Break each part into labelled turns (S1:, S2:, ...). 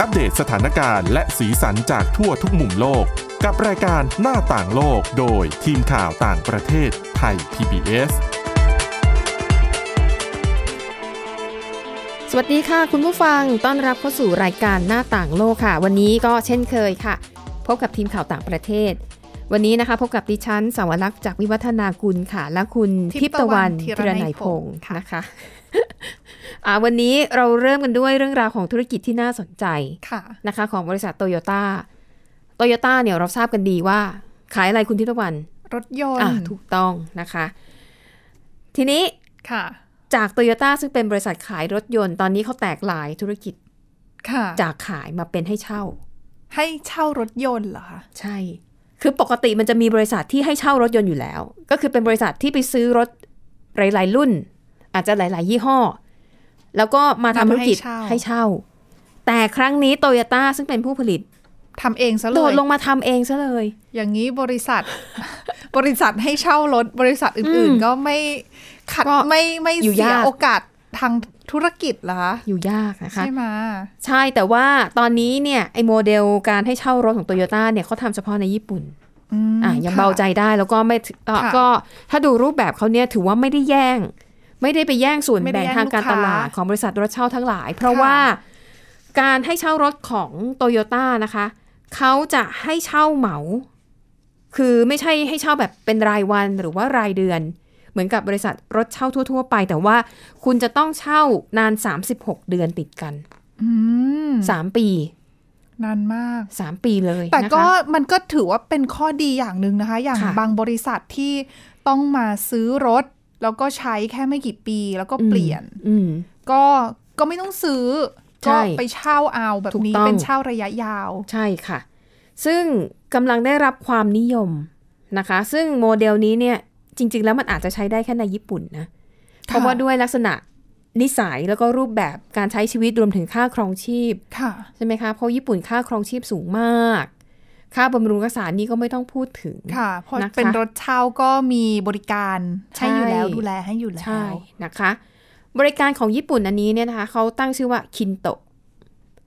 S1: อัปเดตสถานการณ์และสีสันจากทั่วทุกมุมโลก กับรายการหน้าต่างโลกโดยทีมข่าวต่างประเทศไทย PBS
S2: สวัสดีค่ะคุณผู้ฟังต้อนรับเข้าสู่รายการหน้าต่างโลกค่ะ วันนี้ก็เช่นเคยค่ะ พบกับทีมข่าวต่างประเทศ วันนี้นะคะ พบกับดิฉันสาวรักษ์จากวิวัฒนากุลค่ะ และคุณ
S3: ทิ
S2: ทิพ
S3: พ
S2: ตะ
S3: ตะวั
S2: วัน
S3: น
S2: ธี
S3: ธี
S2: ร
S3: ร
S2: นั
S3: นั
S2: ย
S3: ย
S2: พ
S3: พ
S2: ง
S3: ง
S2: ศ์
S3: ศ์ค่ะ
S2: นะคะ อ่าวันนี้เราเริ่มกันด้วยเรื่องราวของธุรกิจที่น่าสนใจ
S3: ค่ะ
S2: นะคะของบริษัทโตโยต้า โตโยต้าเนี่ยเราทราบกันดีว่า ขายอะไรคุณทิพวรรณ
S3: รถยน
S2: อ่ะ
S3: ต์
S2: ถูกต้องนะคะ ทีนี้
S3: ค่ะ
S2: จากโตโยต้าซึ่งเป็นบริษัทขายรถยนต์ตอนนี้เขาแตกหลายธุรกิจ
S3: ค่ะ
S2: จากขายมาเป็นให้เช่า
S3: ให้เช่ารถยนต์เหรอคะ
S2: ใช่ คือปกติมันจะมีบริษัทที่ให้เช่ารถยนต์อยู่แล้ว ก็คือเป็นบริษัทที่ไปซื้อรถหลาย ๆ รุ่น อาจจะหลาย ๆ ยี่ห้อ แล้วก็มาทำธุรกิจให้เช่า แต่ครั้งนี้โตโยต้าซึ่งเป็นผู้ผลิต
S3: ทำเองซะเล
S2: โดด
S3: ย
S2: ลงมาทำเองซะเลย
S3: อย่างนี้บริษัท บริษัทให้เช่ารถ บริษัทอื่น
S2: อืม
S3: ๆ ก็ไม่ขัด
S2: ก็
S3: ไม่ไม่
S2: อยู่
S3: เสีย
S2: ยาก
S3: โอกาสทางธุรกิจเหรอคะ
S2: อยู่ยากนะคะ
S3: ใช่ไหม
S2: ใช่แต่ว่าตอนนี้เนี่ยไอโมเดลการให้เช่ารถของโตโยต้าเนี่ยเขาทำเฉพาะในญี่ปุ่น
S3: อืม
S2: อ่ะยัง
S3: ค่ะ
S2: เบาใจได้แล้วก็ไม่ถเอ่อ
S3: ค่ะ
S2: ก็ถ้าดูรูปแบบเขาเนี่ยถือว่าไม่ได้แย่ง ไม่ได้ไปแย่งส่วน
S3: ไม่ได้
S2: แบ่ง
S3: แย่ง
S2: ทางการ
S3: ลูกค้า
S2: ตลาดของบริษัทรถเช่าทั้งหลาย เพราะ
S3: ค่ะ
S2: ว่าการให้เช่ารถของโตโยต้านะคะเขาจะให้เช่าเหมา คือไม่ใช่ให้เช่าแบบเป็นรายวันหรือว่ารายเดือน เหมือนกับบริษัทรถเช่าทั่ว ๆ ไป แต่ว่าคุณจะต้องเช่านาน 36 เดือนติดกัน
S3: อืม
S2: สามปี
S3: นานมาก
S2: สามปีเลย
S3: แต่ก็
S2: นะคะ
S3: มันก็ถือว่าเป็นข้อดีอย่างหนึ่งนะคะ อย่าง
S2: ค่ะ
S3: บางบริษัทที่ต้องมาซื้อรถ แล้วก็ใช้แค่ไม่กี่ปีแล้วก็
S2: อืม
S3: เปลี่ยน
S2: อืม
S3: ก็ก็ไม่ต้องซื้อ
S2: ใช่
S3: ก็ไปเช่าเอาแบบ
S2: ถูก
S3: นี้
S2: ต้อง
S3: เป็นเช่าระยะยาว
S2: ใช่ค่ะ ซึ่งกำลังได้รับความนิยมนะคะ ซึ่งโมเดลนี้เนี่ยจริง ๆ แล้วมันอาจจะใช้ได้แค่ในญี่ปุ่นนะ เพราะว่าด้วยลักษณะนิสัยแล้วก็รูปแบบการใช้ชีวิตรวมถึงค่าครองชีพ
S3: ค่ะ
S2: ใช่ไหมคะ เพราะญี่ปุ่นค่าครองชีพสูงมาก ค่าบำรุงรักษานี่ก็ไม่ต้องพูดถึง
S3: ค่ะเพราะ
S2: นะคะ
S3: เป็นรถเช่าก็มีบริการให้อยู่แล้ว
S2: ใช่
S3: ดูแลให้อยู่แล้
S2: ใช่
S3: ว
S2: นะคะ บริการของญี่ปุ่นอันนี้เนี่ยนะคะเขาตั้งชื่อว่าคินโตะ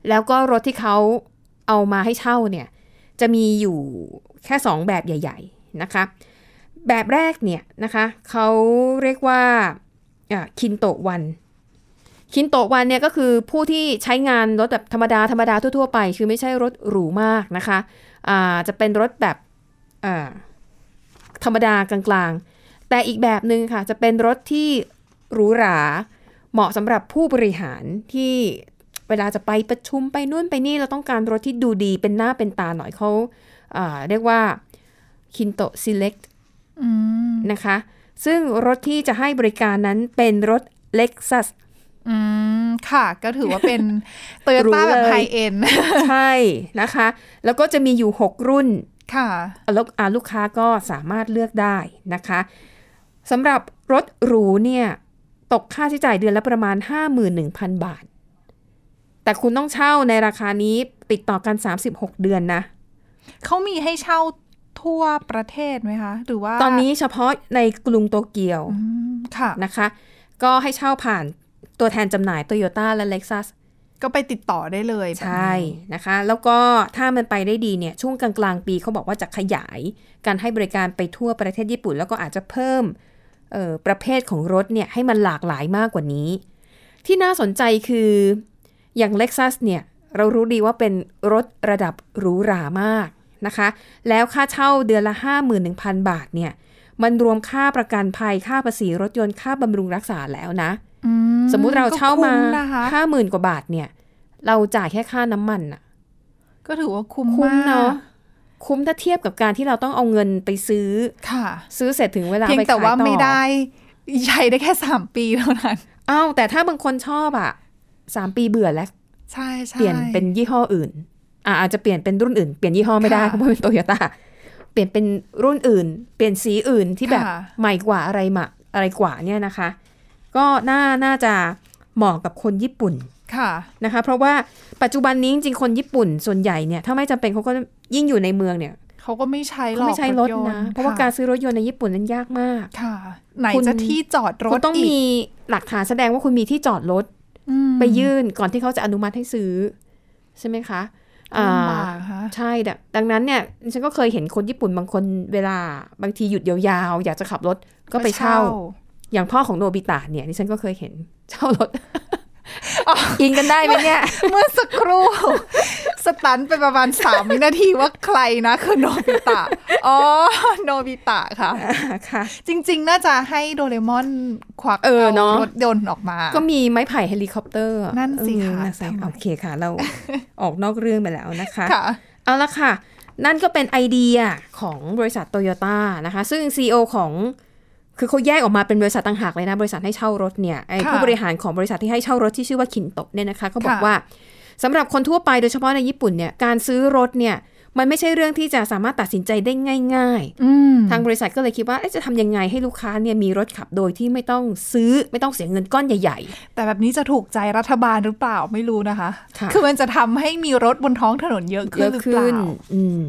S2: แล้วก็รถที่เขาเอามาให้เช่าเนี่ยจะมีอยู่แค่ 2 แบบใหญ่ ๆนะคะ แบบแรกเนี่ยนะคะเขาเรียกว่าคินโตะวันคินโตะวันเนี่ยก็คือผู้ที่ใช้งานรถแบบธรรมดาธรรมดาทั่วๆไป คือไม่ใช่รถหรูมากนะคะอ่าจะเป็นรถแบบอ่าธรรมดากลางๆ แต่อีกแบบหนึ่งค่ะ จะเป็นรถที่หรูหรา เหมาะสำหรับผู้บริหารที่เวลาจะไปประชุมไปนู่นไปนี่เราต้องการรถที่ดูดีเป็นหน้าเป็นตาหน่อยเขาเอ่อเรียกว่าคินโตะ Select
S3: อืม
S2: นะคะ ซึ่งรถที่จะให้บริการนั้นเป็นรถ Lexus
S3: อืมค่ะ ก็ถือว่า เป็น โตโย
S2: รู้
S3: ต้า
S2: เล
S3: แบ
S2: ย
S3: บไฮเอ็น
S2: ใช่นะคะ แล้วก็จะมีอยู่ 6 รุ่น
S3: ค่ะ
S2: ลูกอ่าลูกค้าก็สามารถเลือกได้นะคะสำหรับรถหรูเนี่ย ตกค่าใช้จ่ายเดือนละประมาณ 51,000 บาท แต่คุณต้องเช่าในราคานี้ติดต่อกัน 36 เดือนนะ
S3: เขามีให้เช่าทั่วประเทศไหมคะ หรือว่า
S2: ตอนนี้เฉพาะในกรุงโตเกียว
S3: อืมค่ะ
S2: นะคะ ก็ให้เช่าผ่านตัวแทนจำหน่าย Toyota และ Lexus
S3: ก็ไปติดต่อได้เลยแบบนี้
S2: ใช่นะคะ แล้วก็ถ้ามันไปได้ดีเนี่ยช่วงกลางๆปีเขาบอกว่าจะขยาย การให้บริการไปทั่วประเทศญี่ปุ่น แล้วก็อาจจะเพิ่มเอ่อประเภทของรถเนี่ยให้มันหลากหลายมากกว่านี้ ที่น่าสนใจคืออย่าง Lexus เนี่ยเรารู้ดีว่าเป็นรถระดับหรูหรามากนะคะ แล้วค่าเช่าเดือนละ 51,000 บาทเนี่ยมันรวมค่าประกันภัยค่าภาษีรถยนต์ค่าบำรุงรักษาแล้วนะ
S3: อื
S2: สมมุติเราเช่ามา
S3: ก็คุ้นะคะ
S2: ห้าหมื่นกว่าบาทเนี่ย เราจ่ายแค่ค่าน้ำมันน่ะ
S3: ก็ถือว่าคุ้ม
S2: คุ้ม
S3: มาก
S2: เนาะคุ้มถ้าเทียบกับการที่เราต้องเอาเงินไปซื้อ
S3: ค่ะ
S2: ซื้อเสร็จถึงเวลา
S3: เพียง
S2: ไปขาย
S3: แต่
S2: ต่อ
S3: ว่าไม่ได้ใช้ได้แค่สามปีเท่านั้น
S2: อ้าวแต่ถ้าบางคนชอบอ่ะสามปีเบื่อแล้ว
S3: ใช่ใช่
S2: เปลี่ยนเป็นยี่ห้ออื่นอ่ะอาจจะเปลี่ยนเป็นรุ่นอื่น เปลี่ยนยี่ห้อไม่ได้
S3: ค่ะ
S2: เพราะว่าเป็นโตโย ต้าเปลี่ยนเป็นรุ่นอื่น เปลี่ยนสีอื่นที่แบบ
S3: ค่ะ
S2: ใหม่กว่าอะไรมาอะไรกว่าเนี่ยนะคะ ก็น่าน่าจะเหมาะกับคนญี่ปุ่น
S3: ค่ะ
S2: นะคะเพราะว่าปัจจุบันนี้จริงๆคนญี่ปุ่นส่วนใหญ่เนี่ยถ้าไม่จำเป็นเขาก็ยิ่งอยู่ในเมืองเนี่ย
S3: เขาก็ไม่ใช้หร
S2: เขา
S3: อก
S2: ไม่ใช้รถ
S3: ย
S2: นะ
S3: ต์
S2: เพราะว่า
S3: ค่
S2: การซื้อรถยนต์ในญี่ปุ่นนั้นยากมาก
S3: ค่ะ ไหน
S2: คุณ
S3: จะที่จอดร
S2: คุ
S3: ถ
S2: ณต้องมี
S3: ก
S2: หลักฐานแสดงว่าคุณมีที่จอดรถ
S3: อืม
S2: ไปยื่นก่อนที่เขาจะอนุมัติให้ซื้อ ใช่ไหมคะอ่า
S3: ลำบากฮะ
S2: ใช่ดังดังนั้นเนี่ยดิฉันก็เคยเห็นคนญี่ปุ่นบางคนเวลาบางทีหยุดยาวๆ อยากจะขับรถก็ไปเช่า อย่างพ่อของโนบิตะเนี่ยดิฉันก็เคยเห็นเช่ารถ อินกันได้ไหมเนี่ย
S3: เมื่อสักครู่ สตันไปประมาณ 3 วินาทีว่าใครนะคือโนบิตะ อ๋อ โนบิตะค่ะ
S2: ค่ะ
S3: จริง ๆ น่าจะให้โดเรมอนควัก
S2: เออเนอะ
S3: รถยนต์ออกมา
S2: ก็มีไม้ไผ่เฮลิคอปเตอร์
S3: นั่นสิ
S2: เอ
S3: คะ
S2: อนั่นสิ
S3: ทำไม
S2: โอเคค่ะ เรา ออกนอกเรื่องไปแล้วนะคะ
S3: ค่ะ
S2: เอาละค่ะ นั่นก็เป็นไอเดียของบริษัทโตโยต้านะคะ ซึ่ง CEO ของ คือเขาแยกออกมาเป็นบริษัทต่างหากเลยนะ บริษัทให้เช่ารถเนี่ย ไอ
S3: ค่ะ
S2: ผู้บริหารของบริษัทที่ให้เช่ารถที่ชื่อว่าคินโตะเนี่ยนะคะเขาบอก
S3: ค่ะ
S2: ว่าสำหรับคนทั่วไปโดยเฉพาะในญี่ปุ่นเนี่ย การซื้อรถเนี่ย มันไม่ใช่เรื่องที่จะสามารถตัดสินใจได้ง่าย
S3: อืม
S2: ๆ ทางบริษัทก็เลยคิดว่าเอ๊ะจะทำยังไงให้ลูกค้าเนี่ยมีรถขับโดยที่ไม่ต้องซื้อไม่ต้องเสียเงินก้อนใหญ่
S3: แต่แบบนี้จะถูกใจรัฐบาลหรือเปล่าไม่รู้นะคะ
S2: ค่ะ
S3: อมันจะทำให้มีรถบนท้องถนนเยอะ
S2: ๆ
S3: ขึ้นหรือเปล่า
S2: อืม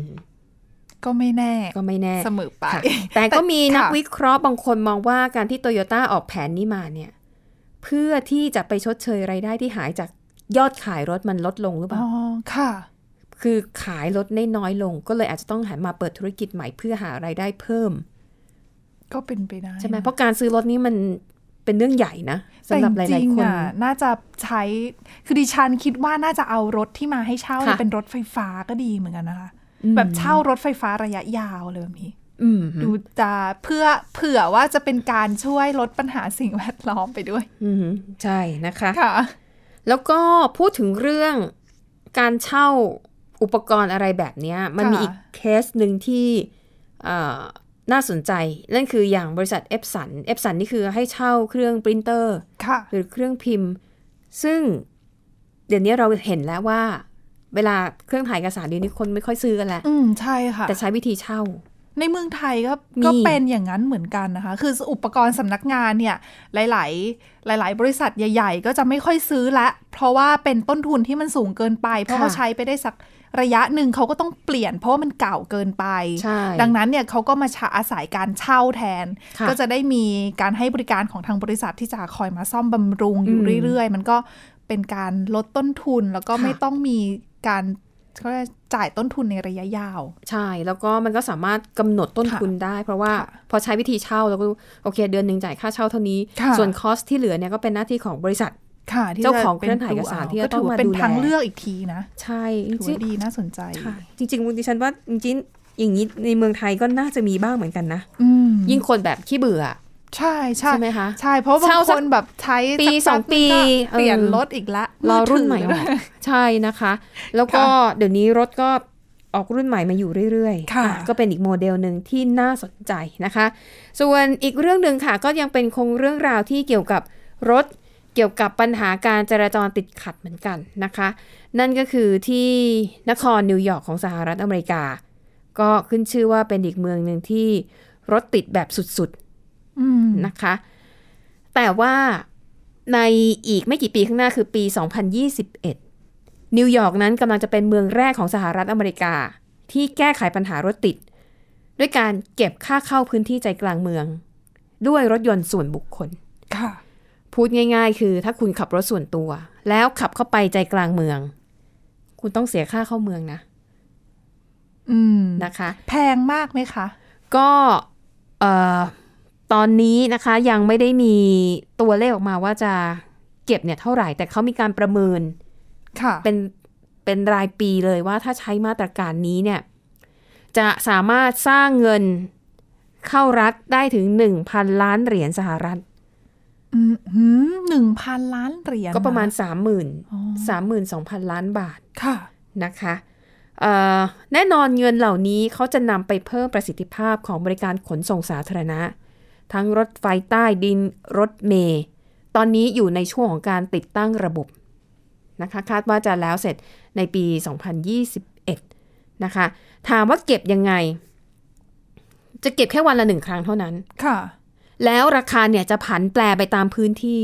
S3: ก็ไม่แน่
S2: ก็ไม่แน่
S3: เสมอไป
S2: ค่ะแต่ก็มีนัก
S3: ค่ะ
S2: วิเคราะห์บางคนมองว่าการที่โตโยต้าออกแผนนี้มาเนี่ย เพื่อที่จะไปชดเชยรายได้ที่หายจากยอดขายรถมันลดลงหรือเปล่า
S3: อ๋อค่ะ
S2: คือขายรถได้น้อยลง ก็เลยอาจจะต้องหันมาเปิดธุรกิจใหม่เพื่อหารายได้เพิ่ม
S3: ก็เป็นไปได้
S2: ใช่ไหม
S3: นะ
S2: เพราะการซื้อรถนี่มันเป็นเรื่องใหญ่นะสำหรับห
S3: แต่จ
S2: ลาย
S3: ง
S2: ๆ
S3: ๆ
S2: คน
S3: อะน่าจะใช้คือดิฉันคิดว่าน่าจะเอารถที่มาให้เช่าเนี่ย
S2: ค่ะ
S3: เป็นรถไฟฟ้าก็ดีเหมือนกันนะคะ
S2: อืม
S3: แบบเช่ารถไฟฟ้าระยะยาวเลยแบบนี้
S2: อืม
S3: ดูจะเพื่อเผื่อว่าจะเป็นการช่วยลดปัญหาสิ่งแวดล้อมไปด้วย
S2: อืมใช่นะคะ
S3: ค่ะ
S2: แล้วก็พูดถึงเรื่องการเช่าอุปกรณ์อะไรแบบเนี้ยมันมีอีกเคสหนึ่งที่เอ่อน่าสนใจ นั่นคืออย่างบริษัท e p s o n e p s o n นี่คือให้เช่าเครื่องปรินเตอร์
S3: ค่ะ
S2: หรือเครื่องพิมพ์ ซึ่งเดี๋ยวนี้เราเห็นแล้วว่า เวลาเครื่องถ่ายเอกสารเดี๋ยวนี้คนไม่ค่อยซื้อกันแล้ว
S3: อืมใช่ค่ะ
S2: แต่ใช้วิธีเช่า
S3: ในเมืองไทยก็
S2: มี
S3: ก็เป็นอย่างนั้นเหมือนกันนะคะ คืออุปกรณ์สำนักงานเนี่ยหลาย ๆ หลาย ๆ บริษัทใหญ่ ๆ ก็จะไม่ค่อยซื้อละ เพราะว่าเป็นต้นทุนที่มันสูงเกินไป เพราะ
S2: ค่ะ
S3: เขาใช้ไปได้สักระยะหนึ่งเขาก็ต้องเปลี่ยน เพราะว่ามันเก่าเกินไป
S2: ใช่
S3: ดังนั้นเนี่ยเขาก็มาชาอาศัยการเช่าแทน
S2: ค่ะ
S3: ก็จะได้มีการให้บริการของทางบริษัทที่จะคอยมาซ่อมบำรุงอยู่
S2: อืม
S3: เรื่อยๆ มันก็เป็นการลดต้นทุนแล้วก็
S2: ค่ะ
S3: ไม่ต้องมีการเขาเรียกจ่ายต้นทุนในระยะยาว
S2: ใช่ แล้วก็มันก็สามารถกำหนดต้น
S3: ค่ะ
S2: ทุนได้ เพราะว่า
S3: ค่ะ
S2: พอใช้วิธีเช่าแล้วก็รู้โอเค เดือนหนึ่งจ่ายค่าเช่าเท่านี้
S3: ค่ะ
S2: ส่วนคอสที่เหลือเนี่ยก็เป็นหน้าที่ของบริษัท
S3: ค่ะที่
S2: เจ้า
S3: จะ
S2: ของเครื่อง
S3: ป็น
S2: ถ่ายเอกสารที่
S3: ก็
S2: จะต้อง
S3: ถื
S2: มา
S3: เป็น
S2: ดูแล
S3: ทางเลือกอีกทีนะ
S2: ใช่จ
S3: ถือ
S2: ริง
S3: ว่าดีน่าสนใจ
S2: ๆค่ะจริงๆดิฉันว่าจริงๆอย่างนี้ในเมืองไทยก็น่าจะมีบ้างเหมือนกันนะ
S3: อืม
S2: ยิ่งคนแบบขี้เบื่อ
S3: ใช่ใช่
S2: ใช่ไหมคะ
S3: ใช่เพราะบาง
S2: เช่า
S3: ค
S2: สัก
S3: นแบบใช้
S2: ปี
S3: สั
S2: ส
S3: กพัก
S2: องปี
S3: นึก็เปลี่ยน
S2: เออ
S3: รถอีกละ
S2: รอรุ่นใหม่
S3: อ
S2: อ
S3: ถื
S2: อ
S3: อ
S2: กใช่นะคะ แล้วก็เดี๋ยวนี้รถก็ออกรุ่นใหม่มาอยู่เรื่อยๆ
S3: ค่ะ
S2: อ่ก็เป็นอีกโมเดลหนึ่งที่น่าสนใจนะคะ ส่วนอีกเรื่องหนึ่งค่ะ ก็ยังเป็นคงเรื่องราวที่เกี่ยวกับรถเกี่ยวกับปัญหาการจราจรติดขัดเหมือนกันนะคะ นั่นก็คือที่นครนิวยอร์กของสหรัฐอเมริกา ก็ขึ้นชื่อว่าเป็นอีกเมืองหนึ่งที่รถติดแบบสุดๆ
S3: อืม
S2: นะคะ แต่ว่าในอีกไม่กี่ปีข้างหน้าคือปี 2021 นิวยอร์กนั้นกำลังจะเป็นเมืองแรกของสหรัฐอเมริกา ที่แก้ไขปัญหารถติด ด้วยการเก็บค่าเข้าพื้นที่ใจกลางเมือง ด้วยรถยนต์ส่วนบุคคล
S3: ค่ะ
S2: พูดง่ายๆ คือถ้าคุณขับรถส่วนตัว แล้วขับเข้าไปใจกลางเมือง คุณต้องเสียค่าเข้าเมืองนะ
S3: อืม
S2: นะคะ
S3: แพงมากไหมคะ
S2: ก็เอ่อตอนนี้นะคะยังไม่ได้มีตัวเลขออกมาว่าจะเก็บเนี่ยเท่าไหร่ แต่เขามีการประเมิน
S3: ค่ะ
S2: เป็นเป็นรายปีเลยว่าถ้าใช้มาตรการนี้เนี่ยจะสามารถสร้างเงินเข้ารัฐได้ถึง 1,000 ล้านเหรียญสหรัฐ
S3: หนึ่งพันล้านเหรียญ
S2: ก็ประมาณ
S3: นอ๋อ
S2: 30,000 32,000 ล้านบาท
S3: ค่ะ
S2: นะคะเอ่อแน่นอนเงินเหล่านี้เขาจะนำไปเพิ่มประสิทธิภาพของบริการขนส่งสาธารณะ ทั้งรถไฟใต้ดินรถเมล์ตอนนี้อยู่ในช่วงของการติดตั้งระบบนะคะคาดว่าจะแล้วเสร็จในปี 2021 นะคะ ถามว่าเก็บยังไง จะเก็บแค่วันละหนึ่งครั้งเท่านั้น
S3: ค่ะ
S2: แล้วราคาเนี่ยจะผันแปรไปตามพื้นที่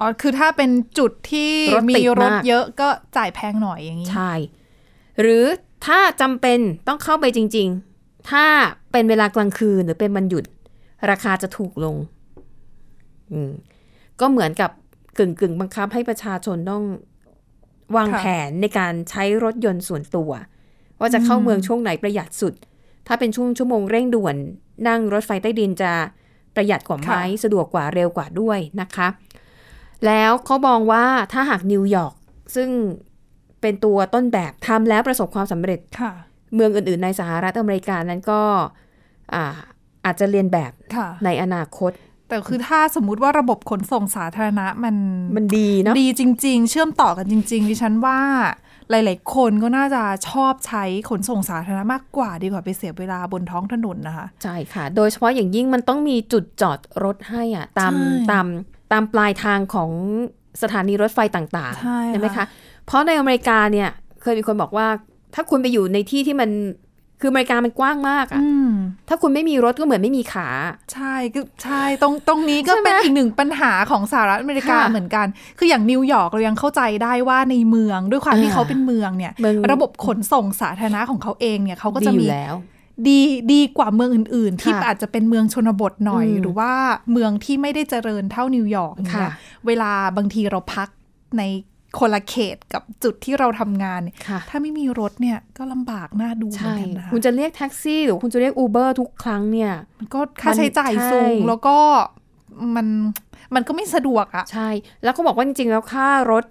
S3: อ๋อ คือถ้าเป็นจุดที่
S2: รถติ
S3: มี
S2: ด
S3: ร
S2: มาก
S3: ถเยอะก็จ่ายแพงหน่อยอย่างนี้
S2: ใช่ หรือถ้าจำเป็นต้องเข้าไปจริง ๆ ถ้าเป็นเวลากลางคืนหรือเป็นวันหยุด ราคาจะถูกลง อืม ก็เหมือนกับกึ่งกึ่งๆบังคับให้ประชาชนต้อง วาง
S3: ค่ะ
S2: แผนในการใช้รถยนต์ส่วนตัว ว่าจะเข้า
S3: อืม
S2: เมืองช่วงไหนประหยัดสุด ถ้าเป็นช่วงชั่วโมงเร่งด่วน นั่งรถไฟใต้ดินจะประหยัดกว่าไหมสะดวกกว่าเร็วกว่าด้วยนะคะ แล้วเขามองว่าถ้าหากนิวยอร์กซึ่งเป็นตัวต้นแบบทำแล้วประสบความสำเร็จ
S3: ค่ะ
S2: เมืองอื่น ๆ ในสหรัฐอเมริกานั้นก็อาอาจจะเรียนแบบ
S3: ค่ะ
S2: ในอนาคต
S3: แต่คือถ้าสมมุติว่าระบบขนส่งสาธารณะมัน
S2: มันดีเนาะ
S3: ดีจริง ๆ เชื่อมต่อกันจริง ๆ ดิฉันว่าหลาย ๆ คนก็น่าจะชอบใช้ขนส่งสาธารณะมากกว่า ดีกว่าไปเสียเวลาบนท้องถนนนะคะ
S2: ใช่ค่ะ โดยเฉพาะอย่างยิ่งมันต้องมีจุดจอดรถให้อ่ะตาม
S3: ใช่
S2: ตามตามปลายทางของสถานีรถไฟต่าง
S3: ใช่
S2: ๆไหม
S3: ค่ะ
S2: คะ เพราะในอเมริกาเนี่ย เคยมีคนบอกว่า ถ้าคุณไปอยู่ในที่ที่มันคืออเมริกามันกว้างมากอ่ะ
S3: อืม
S2: ถ้าคุณไม่มีรถก็เหมือนไม่มีขา
S3: ใช่ก็ใช่ตรงตรงนี้ก็
S2: ใช่ไหม
S3: เป็นอีกหนึ่งปัญหาของสหรัฐอเมริกา
S2: ค่ะ
S3: เหมือนกัน คืออย่างนิวยอร์กเรายังเข้าใจได้ว่าในเมืองด้วยความที่
S2: อ่า
S3: เขาเป็นเมืองเนี่ย
S2: เมือง
S3: ระบบขนส่งสาธารณะของเขาเองเนี่ยเขาก็จะ
S2: ดีอ
S3: มี
S2: ยู่แล้ว
S3: ดีดีกว่าเมืองอื่น ๆ ที่
S2: ค่ะ
S3: อาจจะเป็นเมืองชนบทหน่อย
S2: อืม
S3: หรือว่าเมืองที่ไม่ได้เจริญเท่านิวยอร์กอย่างเนี่ย
S2: ค่ะ
S3: เวลาบางทีเราพักในคนละเขตกับจุดที่เราทำงานเนี่ย
S2: ค่ะ
S3: ถ้าไม่มีรถเนี่ยก็ลำบากน่าดูเหมือน
S2: ใช่
S3: กันนะคะ
S2: คุณจะเรียกแท็กซี่ หรือคุณจะเรียกอูเบอร์ทุกครั้งเนี่ย
S3: มันก็ค่าใช้จ่าย
S2: มันใช่
S3: สูง แล้วก็มันมันก็ไม่สะดวกอะ
S2: ใช่ แล้วเขาบอกว่าจริงๆ แล้วค่ารถ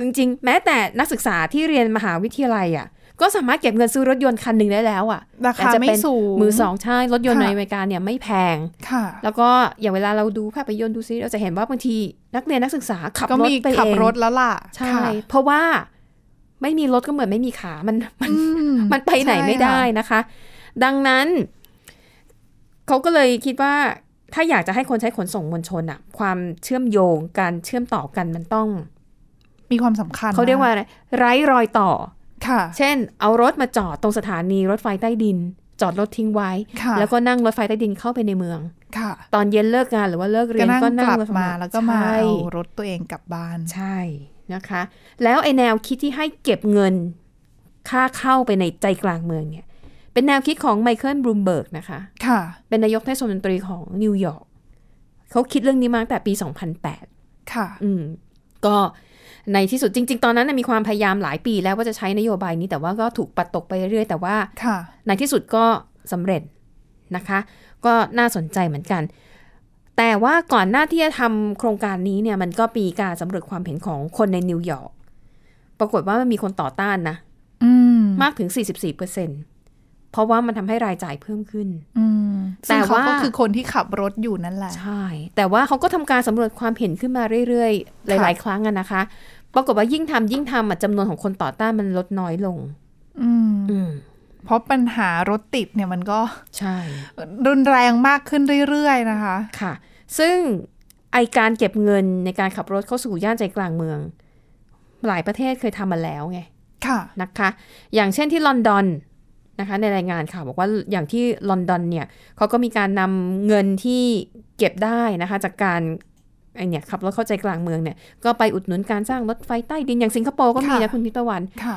S2: จริงๆ แม้แต่นักศึกษาที่เรียนมหาวิทยาลัยอ่ะ ก็สามารถเก็บเงินซื้อรถยนต์คันหนึ่งได้แล้วอ่ะ
S3: ราคา
S2: แต่จะ
S3: ไม่
S2: เป็น
S3: สูง
S2: มือสองใช่ รถยนต์ใน
S3: ค่ะ
S2: อเมริกาเนี่ยไม่แพง
S3: ค่ะ
S2: แล้วก็อย่างเวลาเราดูภาพยนตร์ดูซีรีส์เราจะเห็นว่าบางทีนักเรียนนักศึกษาขับ
S3: ก็
S2: รถ
S3: มี
S2: ไปเอง
S3: ขับรถแล้วล่ะ
S2: ใช่
S3: ค่ะ
S2: เพราะว่าไม่มีรถก็เหมือนไม่มีขา มัน มัน
S3: อื
S2: มันไปไหนไม่ได้
S3: ใช่ค่ะ
S2: นะคะ ดังนั้น เขาก็เลยคิดว่าถ้าอยากจะให้คนใช้ขนส่งมวลชนอะความเชื่อมโยงการเชื่อมต่อกันมันต้อง
S3: มีความสำคัญ
S2: เขาเรียกว่าอะไรไร้รอยต่อ
S3: ค่ะ
S2: เช่น เอารถมาจอดตรงสถานีรถไฟใต้ดิน จอดรถทิ้งไว้
S3: ค่ะ
S2: แล้วก็นั่งรถไฟใต้ดินเข้าไปในเมือง
S3: ค่ะ
S2: ตอนเย็นเลิกงานหรือว่าเลิกเรีย
S3: ก็
S2: น
S3: นั่ง
S2: ก็
S3: ก
S2: นั่ง
S3: ลับ
S2: รถไฟ
S3: มาแล้วก็มา
S2: ใช่
S3: เอารถตัวเองกลับบ้าน
S2: ใช่นะคะ แล้วไอแนวคิดที่ให้เก็บเงินค่าเข้าไปในใจกลางเมืองเนี่ย เป็นแนวคิดของไมเคิลบลูมเบิร์กนะคะ
S3: ค่ะ
S2: เป็นนายกเทศมนตรีของนิวยอร์กเขาคิดเรื่องนี้มาตั้งแต่ปี 2008
S3: ค่ะ
S2: อืมก็ในที่สุดจริง ๆ ตอนนั้นนะมีความพยายามหลายปีแล้วว่าจะใช้นโยบายนี้แต่ว่าก็ถูกปัดตกไปเรื่อยๆแต่ว่า
S3: ค่ะ
S2: ในที่สุดก็สำเร็จนะคะ ก็น่าสนใจเหมือนกัน แต่ว่าก่อนหน้าที่จะทำโครงการนี้เนี่ยมันก็มีการสำรวจความเห็นของคนในนิวยอร์กปรากฏว่ามันมีคนต่อต้านนะ
S3: อืม
S2: มากถึง 44%เพราะว่ามันทำให้รายจ่ายเพิ่มขึ้น
S3: อืมซึ่ง
S2: แต่
S3: เขา
S2: ว่า
S3: ก็คือคนที่ขับรถอยู่นั่นแหละ
S2: ใช่ แต่ว่าเขาก็ทำการสำรวจความเห็นขึ้นมาเรื่อยๆ หลาย ๆ ครั้งอะนะคะ ปรากฏว่ายิ่งทำยิ่งทำอะจำนวนของคนต่อต้านมันลดน้อยลง
S3: อืม
S2: อืม
S3: เพราะปัญหารถติดเนี่ยมันก็
S2: ใช่
S3: รุนแรงมากขึ้นเรื่อยๆนะคะ
S2: ค่ะ ซึ่งไอการเก็บเงินในการขับรถเข้าสู่ย่านใจกลางเมือง หลายประเทศเคยทำมาแล้วไง
S3: ค่ะ
S2: นะคะ อย่างเช่นที่ลอนดอนนะคะ ในรายงานข่าวบอกว่าอย่างที่ลอนดอนเนี่ยเขาก็มีการนำเงินที่เก็บได้นะคะ จากการไอเนี่ยขับรถเข้าใจกลางเมืองเนี่ยก็ไปอุดหนุนการสร้างรถไฟใต้ดินอย่างสิงคโปร์ก็มีนะ
S3: ค่ะ
S2: คุณพิตะวัน
S3: ค่ะ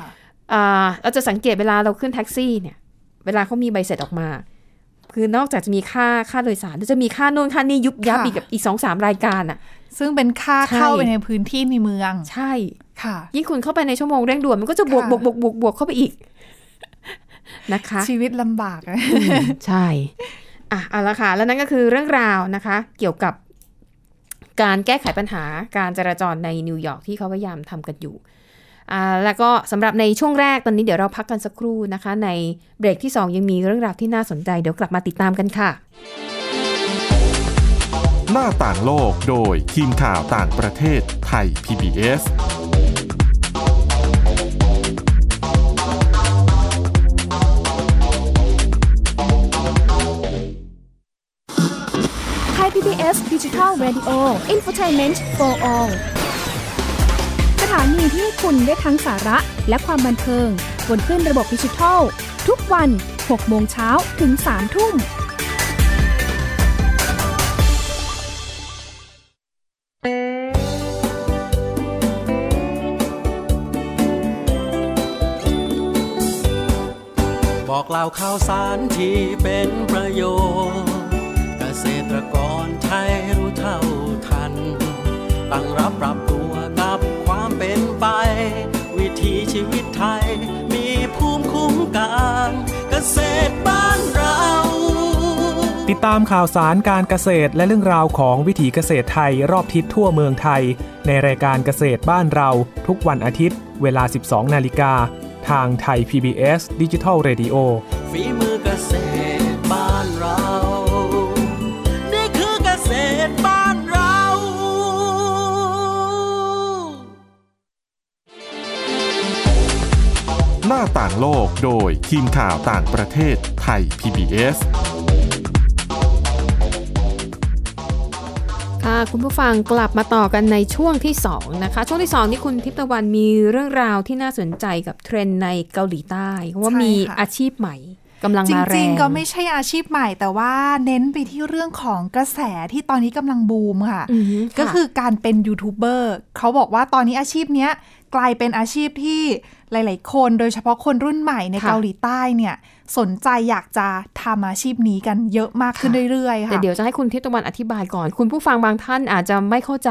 S2: อ่าเราจะสังเกตเวลาเราขึ้นแท็กซี่เนี่ยเวลาเขามีใบเสร็จออกมา คือนอกจากจะมีค่าค่าโดยสารแล้วจะมีค่านู่นค่านี่ยุบยับ
S3: ค่ะ
S2: อีกกับอีกสองสามรายการอ่ะ
S3: ซึ่งเป็นค่า
S2: ใช่
S3: เข้าไปในพื้นที่ในเมือง
S2: ใช่
S3: ค่ะ
S2: ยิ่งคุณเข้าไปในชั่วโมงเร่งด่วน มันก็จะบวกบ
S3: ค่ะ
S2: วกบวกบวกบวกเข้าไปอีก นะคะ
S3: ชีวิตลำบากอะ
S2: อืมใช่อ่ะเอาละค่ะ แล้วนั่นก็คือเรื่องราวนะคะ เกี่ยวกับการแก้ไขปัญหาการจราจรในนิวยอร์กที่เขาพยายามทำกันอยู่อ่าแล้วก็สำหรับในช่วงแรกตอนนี้เดี๋ยวเราพักกันสักครู่นะคะ ในเบรกที่สองยังมีเรื่องราวที่น่าสนใจเดี๋ยวกลับมาติดตามกันค่ะ
S1: หน้าต่างโลกโดยทีมข่าวต่างประเทศไทย PBS
S4: ไทย PBS Digital Radio Infotainment for All สถานีที่ให้คุณได้ทั้งสาระและความบันเทิง บนขึ้นระบบดิจิทัล ทุกวัน 6 โมงเช้าถึง 3 ทุ่ม
S5: บอกเล่าข่าวสารที่เป็นประโยชน์ เกษตรกรไทยรู้เท่าทัน ตั้งรับปรับตัวกับความเป็นไป วิ ชีวิตไทย มีภูมิคุ้มกันเกษตรบ้านเรา
S6: ติดตามข่าวสารการเกษตรและเรื่องราวของวิถีเกษตรไทยรอบทิศทั่วเมืองไทย ในรายการเกษตรบ้านเรา ทุกวันอาทิตย์ เวลา 12 นาฬิกา ทางไทย PBS d i g i ดิจิ Radio
S5: ฝีมือเกษตรบ้านเรา นี่คือเกษตรบ้านเรา
S1: หน้าต่างโลกโดยทีมข่าวต่างประเทศไทย PBS
S2: ค่ะคุณผู้ฟังกลับมาต่อกันในช่วงที่ 2 นะคะ ช่วงที่ 2 นี่คุณทิพย์ตะวันมีเรื่องราวที่น่าสนใจกับเทรนด์ในเกาหลีใต้เพราะว่า
S3: ใช่
S2: มี
S3: ค่ะ
S2: อาชีพใหม่กำลัง
S3: จ
S2: มาแรง
S3: ริงๆ ก็ไม่ใช่อาชีพใหม่ แต่ว่าเน้นไปที่เรื่องของกระแสที่ตอนนี้กำลังบูมค่ะ
S2: อืมะ
S3: ก็คือการเป็นยูทูบเบอร์เขาบอกว่าตอนนี้อาชีพเนี้ยกลายเป็นอาชีพที่หลาย ๆ คนโดยเฉพาะคนรุ่นใหม่ใน
S2: ค่ะ
S3: เกาหลีใต้เนี่ยสนใจอยากจะทำอาชีพนี้กันเยอะมากขึ้นเรื่อย ๆ ค่ะ
S2: แต่เดี๋ยวจะให้คุณทิพย์ตะวันอธิบายก่อน คุณผู้ฟังบางท่านอาจจะไม่เข้าใจ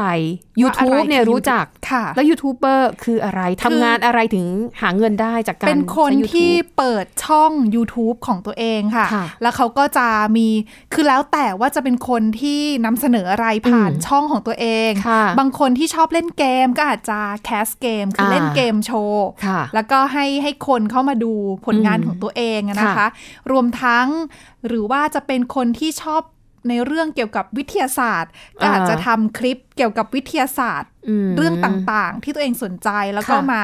S3: ว่าอะไร
S2: YouTube เนี่ยรู้จัก
S3: ค่ะ
S2: แล้วยูทูบเบอร์คืออะไร
S3: คือ
S2: ทำงานอะไรถึงหาเงินได้จากการ
S3: เป็นคน
S2: ใช้ YouTube
S3: ที่เปิดช่อง YouTube ของตัวเองค่ะ
S2: ค่ะ
S3: แล้วเขาก็จะมี คือแล้วแต่ว่าจะเป็นคนที่นำเสนออะไรผ่าน
S2: อืม
S3: ช่องของตัวเอง
S2: ค่ะ
S3: บางคนที่ชอบเล่นเกมก็อาจจะแคสเกม คืออาเล่นเกมโชว์
S2: ค่ะ
S3: แล้วก็ให้ให้คนเข้ามาดูผลงาน
S2: อืม
S3: ของตัวเองอะนะคะ
S2: ค่ะ
S3: รวมทั้งหรือว่าจะเป็นคนที่ชอบในเรื่องเกี่ยวกับวิทยาศาสตร์ ก็อาจ
S2: อ่า
S3: จะทำคลิปเกี่ยวกับวิทยาศาสตร์
S2: ม
S3: เรื่องต่างๆ ที่ตัวเองสนใจแล้วก็
S2: ค่ะ
S3: มา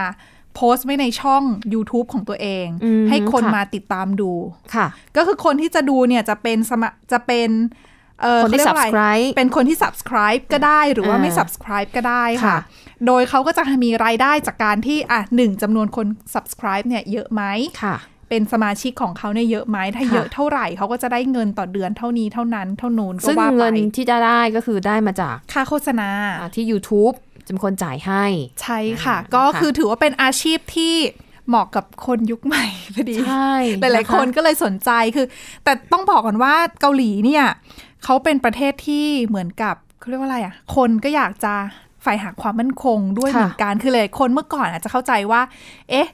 S3: โพสต์ไว้ในช่อง YouTube ของตัวเอง
S2: อืม
S3: ให้คน
S2: ค่ะ
S3: มาติดตามดู
S2: ค่ะ
S3: ก็คือคนที่จะดูเนี่ยจะเป็นสมะจะเป็นเอ่อ
S2: คนที่
S3: เขาเรียกว่าอะไร
S2: subscribe
S3: เป็นคนที่ subscribe ก็ได้หรือว่า
S2: อ่า
S3: ไม่ subscribe ก็ได้ค่ะ
S2: ค่ะ
S3: โดยเขาก็จะมีรายได้จากการที่อ่ะหนึ่งจำนวนคน subscribe เนี่ยเยอะไหม
S2: ค่ะ
S3: เป็นสมาชิกของเขาเนี่ยเยอะไหมถ้า
S2: ค่ะ
S3: เยอะเท่าไหร่เขาก็จะได้เงินต่อเดือนเท่านี้เท่านั้นเท่านู้นก็
S2: ซึ่ง
S3: ว่าไป
S2: เงินที่จะได้ก็คือได้มาจาก
S3: ค่าโฆษณา
S2: อ่าที่ YouTube จำคนจ่ายให้
S3: ใช่ค่ะ
S2: อ่า
S3: ก็
S2: ค่ะ
S3: คือถือว่าเป็นอาชีพที่เหมาะกับคนยุคใหม่ พอดี
S2: ใช่
S3: หลายๆ คน
S2: ก็
S3: ก็เลยสนใจคือ แต่ต้องบอกก่อนว่าเกาหลีเนี่ยเขาเป็นประเทศที่เหมือนกับเขาเรียกว่าอะไรอ่ะ คนก็อยากจะใฝ่หาความมั่นคงด้วย
S2: ค่ะ
S3: เหมือนกันคือหลายคนเมื่อก่อนอาจจะเข้าใจว่า เอ๊ะ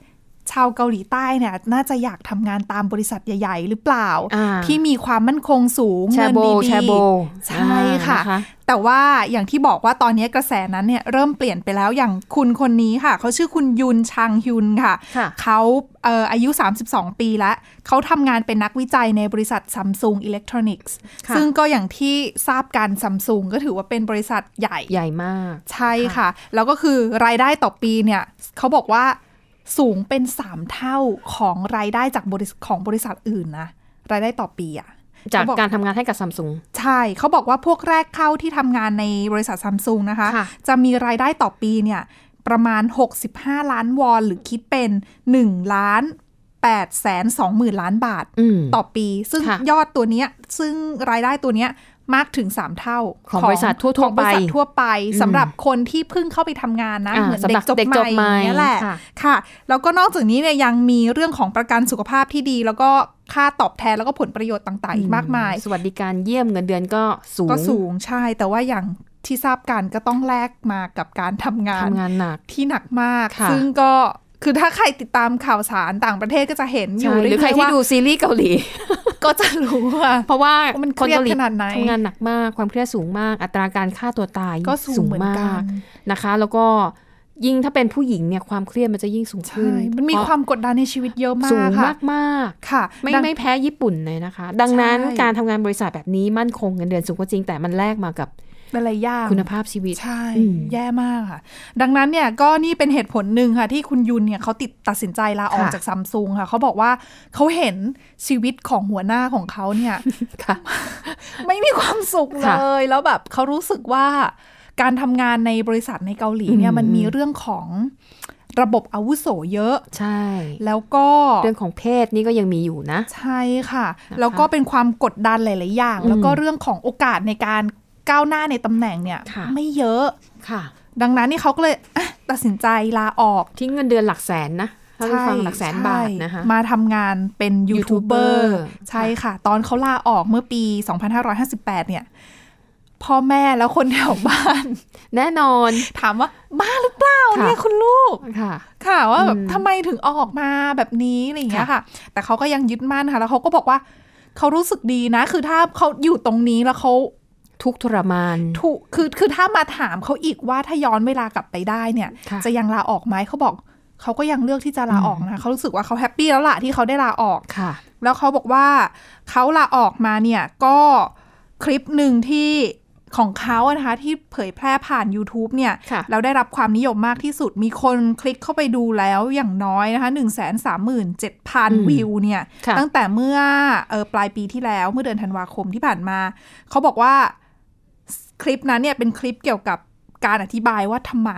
S3: ชาวเกาหลีใต้เนี่ยน่าจะอยากทำงานตามบริษัทใหญ่ ๆ หรือเปล่า
S2: อ่า
S3: ที่มีความมั่นคงสูง
S2: แช
S3: เงิ
S2: ร์
S3: น
S2: โบ
S3: ดีๆ
S2: แชร์โบ
S3: ใช่ค่ะ
S2: อ่าน
S3: แต่ว่าอย่างที่บอกว่าตอนนี้กระแสนั้นเนี่ยเริ่มเปลี่ยนไปแล้วอย่างคุณคนนี้ค่ะ เขาชื่อคุณยุนชางฮยุนค่ะ
S2: ค่ะ
S3: เขาเอ่ออายุ 32 ปีแล้ว เขาทำงานเป็นนักวิจัยในบริษัทซัมซุงอิเล็กทรอนิกส์
S2: ค่ะ
S3: ซึ่งก็อย่างที่ทราบกันซัมซุงก็ถือว่าเป็นบริษัทใหญ่
S2: ใหญ่มาก
S3: ใช่ค่ะ แล้วก็คือรายได้ต่อปีเนี่ยเขาบอกว่าสูงเป็น 3 เท่าของรายได้จากบริษัทของบริษัทอื่นนะรายได้ต่อปีอะ
S2: จาก
S3: เขาบอก
S2: การทำงานให้กับซัมซุง
S3: ใช่เขาบอกว่าพวกแรกเข้าที่ทำงานในบริษัทซัมซุงนะคะ
S2: ค่ะ
S3: จะมีรายได้ต่อปีเนี่ย ประมาณ 65 ล้านวอน หรือคิดเป็น1ล้าน8แสน2หมื่นล้านบาท
S2: อืม
S3: ต่อปี ซึ่ง
S2: ค่ะ
S3: ยอดตัวเนี้ยซึ่งรายได้ตัวเนี้ยมากถึง 3 เท่า
S2: ของบริษัททั่วๆ
S3: ของบริษัท
S2: ไป
S3: ทั่วไป
S2: อืม
S3: สำหรับคนที่เพิ่งเข้าไปทำงานนะ
S2: อ่า
S3: เหมือน
S2: สำห
S3: เด็
S2: รับ
S3: กจบ
S2: เด็กจบ
S3: ใหม่อย่างเนี้ย
S2: ใหม่
S3: แหละ
S2: ค่ะ
S3: ค่ะ แล้วก็นอกจากนี้เนี่ยยังมีเรื่องของประกันสุขภาพที่ดี แล้วก็ค่าตอบแทนแล้วก็ผลประโยชน์ต่างๆ อีกมากมาย
S2: สวัสดิการเยี่ยมเงินเดือนก็สูง
S3: ก็สูงใช่ แต่ว่าอย่างที่ทราบกันก็ต้องแลกมากับการทำงาน
S2: ทำงานหนัก
S3: ที่หนักมาก
S2: ค่ะ
S3: ซึ่งก็คือถ้าใครติดตามข่าวสารต่างประเทศก็จะเห็นอยู่
S2: ใช่ห
S3: เรื่
S2: รือใคร
S3: อยๆ
S2: ที่
S3: ว่า
S2: ดูซีรีส์เกาหลี
S3: ก็จะรู้ว่า
S2: เพราะว่า
S3: ว่ามันเค
S2: ค
S3: รียด
S2: เกาหลี
S3: ขนาดไหน
S2: ทำงานหนักมากความเครียดสูงมาก อัตราการฆ่าตัวตาย
S3: ก็สูงเหมือนกั
S2: มาก
S3: น
S2: นะคะ แล้วก็ยิ่งถ้าเป็นผู้หญิงเนี่ยความเครียดมันจะยิ่งสูง
S3: ใช่
S2: ขึ้น
S3: มันมีความกดดันในชีวิตเยอะ
S2: เพราะ
S3: มา
S2: สูง
S3: กค่ะ
S2: มากมาก
S3: ค่ะ
S2: ๆไม่
S3: ดัง
S2: ไม่แพ้ญี่ปุ่นเลยนะคะ ดังนั้น
S3: ใช่
S2: การทำงานบริษัทแบบนี้มั่นคงเงินเดือนสูงก็จริงแต่มันแลกมากับ
S3: หลายๆอย่าง
S2: คุณภาพชีวิต
S3: ใช่
S2: อืม
S3: แย่มากค่ะ ดังนั้นเนี่ยก็นี่เป็นเหตุผลหนึ่งค่ะ ที่คุณยุนเนี่ยเขาติดตัดสินใจลาออก
S2: ค่ะ
S3: จากซัมซุงค่ะ เขาบอกว่าเขาเห็นชีวิตของหัวหน้าของเขาเนี่ย
S2: ค่ะ
S3: ไม่มีความสุขเล
S2: ค่ะ
S3: ย แล้วแบบเขารู้สึกว่าการทำงานในบริษัทในเกาหลีเนี่ย
S2: อืม
S3: มันมีเรื่องของระบบอาวุโสเยอะ
S2: ใช่
S3: แล้วก็
S2: เรื่องของเพศนี่ก็ยังมีอยู่นะ
S3: ใช่ค่ะ
S2: นะคะ
S3: แล้วก็เป็นความกดดันหลาย ๆ อย่าง
S2: อืม
S3: แล้วก็เรื่องของโอกาสในการก้าวหน้าในตำแหน่งเนี่ย
S2: ค่ะ
S3: ไม่เยอะ
S2: ค่ะ
S3: ดังนั้นนี่เขาก็เลยอ่ะตัดสินใจลาออก
S2: ทิ้งเงินเดือนหลักแสนนะถ้าได้ฟังหลักแสนบาทนะคะ
S3: ใช่มาทำงานเป็นยูทูบเบอ
S2: ยูทูบ
S3: ร์
S2: เบอร์
S3: ใช่ค่ะ ตอนเขาลาออกเมื่อปี 2558 เนี่ย พ่อแม่แล้วคนแถวบ้าน
S2: แน่นอน
S3: ถามว่าบ้าหรือเปล่าเนี่ย
S2: ค่ะ
S3: คุณลูก
S2: ค่ะ
S3: ค่ะว่าแบ
S2: อื
S3: บ
S2: ม
S3: ทำไมถึงออกมาแบบนี้อะไรอย่างเงี้ย
S2: ค่ะ
S3: ค่ะ แต่เขาก็ยังยึดมั่นค่ะ แล้วเขาก็บอกว่าเขารู้สึกดีนะ คือถ้าเขาอยู่ตรงนี้แล้วเขา
S2: ทุกข์ทรมาน
S3: ถูกคือคือถ้ามาถามเขาอีกว่าถ้าย้อนเวลากลับไปได้เนี่ย
S2: ค่ะ
S3: จะยังลาออกไหมเขาบอกเขาก็ยังเลือกที่จะลาออกนะเขารู้สึกว่าเขาแฮปปี้แล้วล่ะที่เขาได้ลาออก
S2: ค่ะ
S3: แล้วเขาบอกว่าเขาลาออกมาเนี่ยก็คลิปหนึ่งที่ของเขาอะนะคะที่เผยแพร่ผ่าน YouTube เนี่ย
S2: ค่ะ
S3: แล้วได้รับความนิยมมากที่สุดมีคนคลิกเข้าไปดูแล้วอย่างน้อยนะคะ1 3 7 0 0 0 วิวเนี่ย
S2: ค่ะ
S3: ตั้งแต่เมื่อเออปลายปีที่แล้วเมื่อเดือนธันวาคมที่ผ่านมา เขาบอกว่าคลิปนั้นเนี่ยเป็นคลิปเกี่ยวกับการอธิบายว่าทำ ไม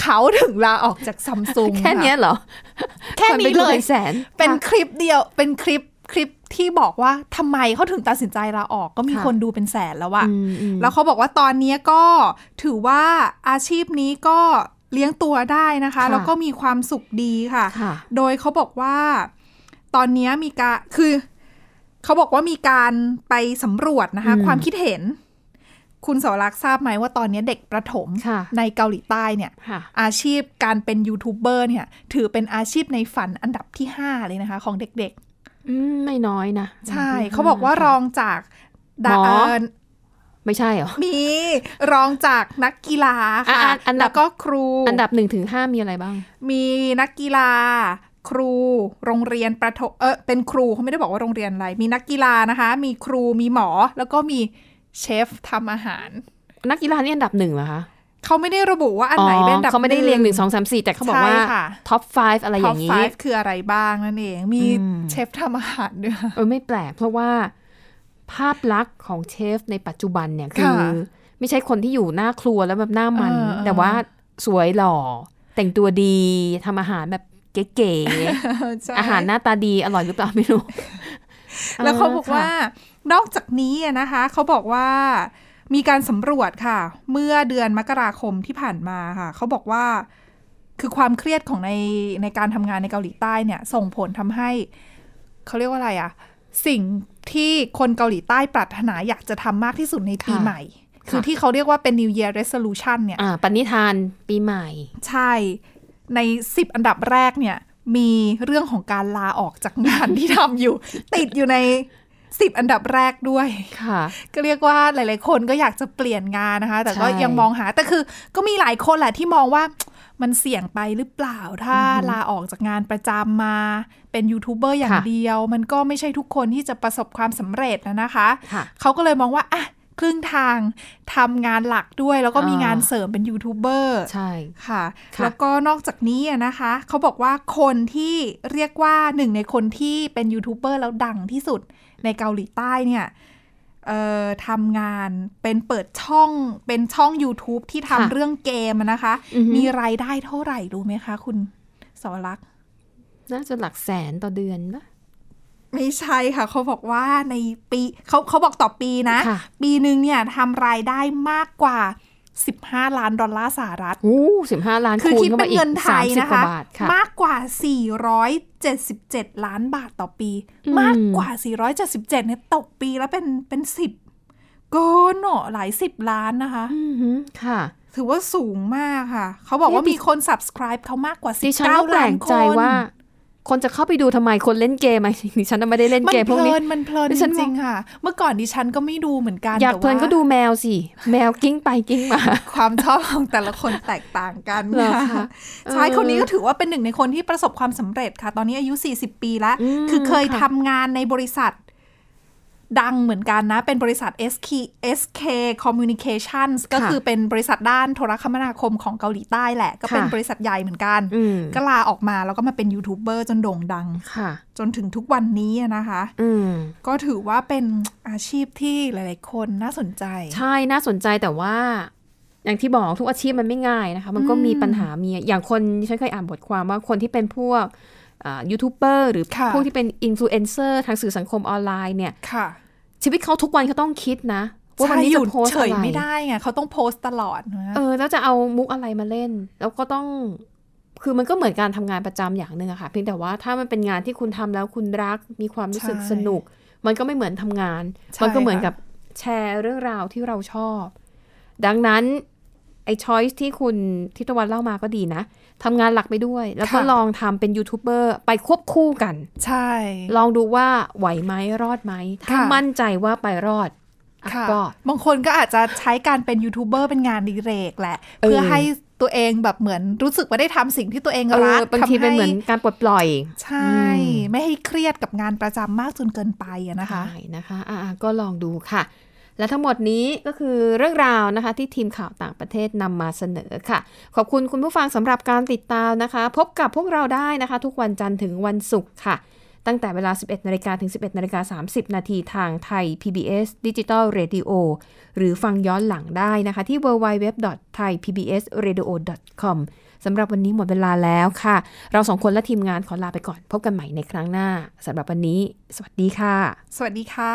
S3: เขาถึงลาออกจากซัมซุง
S2: แค่เนี้ยเหรอ
S3: แค่นี้เลย
S2: ป็แสน
S3: เป็นคลิปเดียวเป็นคลิปคลิปที่บอกว่าทำไมเขาถึงตัดสินใจลาออกก็มี
S2: ค่ะ
S3: คนดูเป็นแสนแล้วอะ
S2: อืมอืม
S3: แล้วเขาบอกว่าตอนนี้ก็ถือว่าอาชีพนี้ก็เลี้ยงตัวได้นะคะ แล้วก็มีความสุขดีค่ะ
S2: ค่ะ
S3: โดยเขาบอกว่าตอนนี้มีการคือเขาบอกว่ามีการไปสำรวจนะคะ
S2: อืม
S3: ความคิดเห็น คุณสวรักษ์ทราบไหมว่าตอนนี้เด็กประถม
S2: ค่ะ
S3: ในเกาหลีใต้เนี่ย
S2: ค่ะ
S3: อาชีพการเป็นยูทูบเบอร์เนี่ย ถือเป็นอาชีพในฝันอันดับที่ 5 เลยนะคะ ของเด็ก
S2: อืมไม่น้อยนะ
S3: ๆ ใช่เขาบอกว่ารองจากดา
S2: ไม่ใช่เหรอ
S3: มีรองจากนักกีฬาค่ะ
S2: อ่ะอันดับ
S3: แล้วก็ครู
S2: อันดับหนึ่งถึงห้ามีอะไรบ้าง
S3: มีนักกีฬา ครูโรงเรียนประถมเออเป็นครูเขาไม่ได้บอกว่าโรงเรียนอะไร มีนักกีฬานะคะ มีครูมีหมอแล้วก็มีเชฟทำอาหาร
S2: นักกีฬานี่อันดับหนึ่งเหรอคะ
S3: เขาไม่ได้ระบุว่าอันไหนเป็นอันดับ
S2: เขาไม่ได้เรียงหนึ่งสองสามสี่แต่เขาบอกว่า
S3: ใช่ค่ะ
S2: ท็อป 5 อะไรอย่าง
S3: นี้
S2: นี้
S3: คืออะไรบ้างนั่นเองมี
S2: อืม
S3: เชฟทำอาหารด้วย
S2: เออไม่แปลกเพราะว่าภาพลักษณ์ของเชฟในปัจจุบันเนี่ยคือ
S3: ค่ะ
S2: ไม่ใช่คนที่อยู่หน้าครัวแล้วแบบหน้ามัน
S3: เออเออ
S2: แต่ว่าสวยหล่อ แต่งตัวดีทำอาหารแบบเก๋
S3: ใช่
S2: ๆ อาหารหน้าตาดีอร่อยหรือเปล่าไม่รู้
S3: แล้วเขาบอกว่านอกจากนี้อะนะคะเขาบอกว่ามีการสำรวจค่ะ เมื่อเดือนมกราคมที่ผ่านมาค่ะเขาบอกว่าคือความเครียดของในในการทำงานในเกาหลีใต้เนี่ย ส่งผลทำให้เขาเรียกว่าอะไรอะสิ่งที่คนเกาหลีใต้ปรารถนาอยากจะทำมากที่สุดในปี
S2: ค่ะ
S3: ใหม่
S2: ะ
S3: คือที่เขาเรียกว่าเป็น New Year Resolution เนี่ย
S2: อ่าปณิธานปีใหม่
S3: ใช่ ใน 10 อันดับแรกเนี่ย มีเรื่องของการลาออกจากงาน ที่ ทำอยู่ ติดอยู่ใน 10 อันดับแรกด้วย
S2: ค่ะ
S3: ก็เรียกว่าหลาย ๆ คนก็อยากจะเปลี่ยนงานนะคะ แต่ก็
S2: ใช่
S3: ยังมองหา แต่คือก็มีหลายคนแหละที่มองว่า มันเสี่ยงไปหรือเปล่า ถ้าลาออกจากงานประจำมาเป็นยูทูบเบอร์อย่าง
S2: ค่ะ
S3: เดียว มันก็ไม่ใช่ทุกคนที่จะประสบความสำเร็จนะนะคะ
S2: ค่ะ
S3: เขาก็เลยมองว่าอ่ะครึ่งทางทำงานหลักด้วย แล้วก็มีงานเสริมเป็นยูทูบเบอร์
S2: ใช่
S3: ค่ะ
S2: ค่ะ
S3: แล้วก็นอกจากนี้อะนะคะ เขาบอกว่าคนที่เรียกว่าหนึ่งในคนที่เป็นยูทูบเบอร์แล้วดังที่สุดในเกาหลีใต้เนี่ยเอ่อทำงานเป็นเปิดช่องเป็นช่อง YouTube ที่
S2: ค่ะ
S3: ทำเรื่องเกมอะนะคะ
S2: อือฮึ
S3: มีรายได้เท่าไหร่รู้ไหมคะคุณสวรักษ์
S2: น่าจะหลักแสนต่อเดือนนะ
S3: ไม่ใช่ค่ะ เขาบอกว่าในปีเขาเขาบอกต่อปีนะ
S2: ค่ะ
S3: ปีหนึ่งเนี่ยทำรายได้มากกว่า 15 ล้านดอลลาร์สหรัฐ
S2: โอ้สิบห้าล้าน
S3: คือ
S2: คูณ
S3: คิด
S2: เข้า
S3: เป็
S2: มาน อีก
S3: เงินไท
S2: สาม
S3: ย
S2: สิบ
S3: นะ
S2: กว่า
S3: คะ
S2: บาทค่ะ
S3: มากกว่า 477 ล้านบาทต่อปี
S2: อืม
S3: มากกว่า 477เนี่ยตกปีแล้วเป็นเป็นสิบเกินเนอะหลายสิบล้านนะคะ
S2: อือหือค่ะ
S3: ถือว่าสูงมากค่ะ เขาบอกว่ามีคน subscribe เขามากกว่า
S2: ดิฉันก็
S3: 19
S2: แปล
S3: ล้าน
S2: ก
S3: ค
S2: ใจ
S3: น
S2: ว่า คนจะเข้าไปดูทำไมคนเล่นเกมไหม ดิฉันน่ะไม่ได้เล่น
S3: มัน
S2: เกม
S3: เพ
S2: พวก
S3: ลิ
S2: นี้
S3: นมันเพลิน
S2: ดิ
S3: จ
S2: ฉันมอง
S3: ริงๆค่ะ เมื่อก่อนดิฉันก็ไม่ดูเหมือนกัน
S2: อยาก
S3: แต่
S2: เพลิน
S3: ว่า
S2: ก็ดูแมวสิ แมวกิ้งไปกิ้งมา
S3: ความชอบของแต่ละคนแตกต่างกัน
S2: เหรอ
S3: ค่ะ
S2: คะ
S3: ชาย
S2: เออ
S3: คนนี้ก็ถือว่าเป็นหนึ่งในคนที่ประสบความสำเร็จค่ะ ตอนนี้อายุ 40 ปีแล้ว
S2: อืม
S3: คือเคย
S2: ค่ะ
S3: ทำงานในบริษัท ดังเหมือนกันนะ เป็นบริษัท SK SK Communications ก็คือเป็นบริษัทด้านโทรคมนาคมของเกาหลีใต้แหละ ก็เป็นบริษัทใหญ่เหมือนกัน
S2: อืม
S3: ก็ลาออกมาแล้วก็มาเป็นยูทูบเบอร์จนโด่งดัง
S2: ค่ะ
S3: จนถึงทุกวันนี้อะนะคะ
S2: อืม
S3: ก็ถือว่าเป็นอาชีพที่หลาย ๆ คนน่าสนใจ
S2: ใช่น่าสนใจแต่ว่า อย่างที่บอกทุกอาชีพมันไม่ง่ายนะคะ มันก็มีปัญหามีอย่างคนดิฉันเคยอ่านบทความว่าคนที่เป็นพวกยูทูบเบอร์หรือ
S3: ค่ะ
S2: พวกที่เป็นอินฟลูเอนเซอร์ทางสื่อสังคมออนไลน์เนี่ย
S3: ค่ะ
S2: ชีวิตเขาทุกวันเขาต้องคิดนะว่าวันนี้จะ
S3: ใช่อยู่
S2: โพสต์
S3: เฉ
S2: อะ
S3: ย
S2: ไร
S3: ไม่ได้ไงเขาต้องโพสต์ตลอดนะ
S2: เออแล้วจะเอามุกอะไรมาเล่น แล้วก็ต้อง คือมันก็เหมือนการทำงานประจำอย่างหนึ่งอะค่ะเพียงแต่ว่าถ้ามันเป็นงานที่คุณทำแล้วคุณรักมีความรู้สึก
S3: ใช่
S2: สนุก มันก็ไม่เหมือนทำงาน
S3: ใช่
S2: มันก็เหมือน
S3: ค่ะ
S2: กับแชร์เรื่องราวที่เราชอบ ดังนั้น ไอ้ช้อยที่คุณทิตวันเล่ามาก็ดีนะทำงานหลักไปด้วย แล้วก็
S3: ค่ะ
S2: ลองทำเป็นยูทูบเบอร์ไปควบคู่กัน
S3: ใช่
S2: ลองดูว่าไหวไหมรอดไหม ถ้า
S3: ค่ะ
S2: มั่นใจว่าไปรอดอ่ะ
S3: ค่ะ
S2: ก็
S3: บางคนก็อาจจะใช้การเป็นยูทูบเบอร์เป็นงานอดีเรกแหละ เพื่อให้ตัวเองแบบเหมือนรู้สึกว่าได้ทำสิ่งที่ตัวเอง
S2: เอ
S3: รั
S2: อก บางที
S3: ำ
S2: เป็นเหมือนการปลดปล่อย
S3: ใช่ ไม่ให้เครียดกับงานประจำมากจนเกินไปอะนะคะ
S2: ใช่นะคะอ่าๆก็ลองดูค่ะ และทั้งหมดนี้ก็คือเรื่องราวนะคะที่ทีมข่าวต่างประเทศนำมาเสนอค่ะ ขอบคุณคุณผู้ฟังสำหรับการติดตามนะคะ พบกับพวกเราได้นะคะ ทุกวันจันทร์ถึงวันศุกร์ค่ะ ตั้งแต่เวลา 11นาฬิกาถึง 11นาฬิกา30 นาทีทางไทย PBS Digital Radio หรือฟังย้อนหลังได้นะคะ ที่ www.thaipbsradio.com สำหรับวันนี้หมดเวลาแล้วค่ะ เราสองคนและทีมงานขอลาไปก่อน พบกันใหม่ในครั้งหน้าสำหรับวันนี้ สวัสดีค่ะ
S3: สวัสดีค่ะ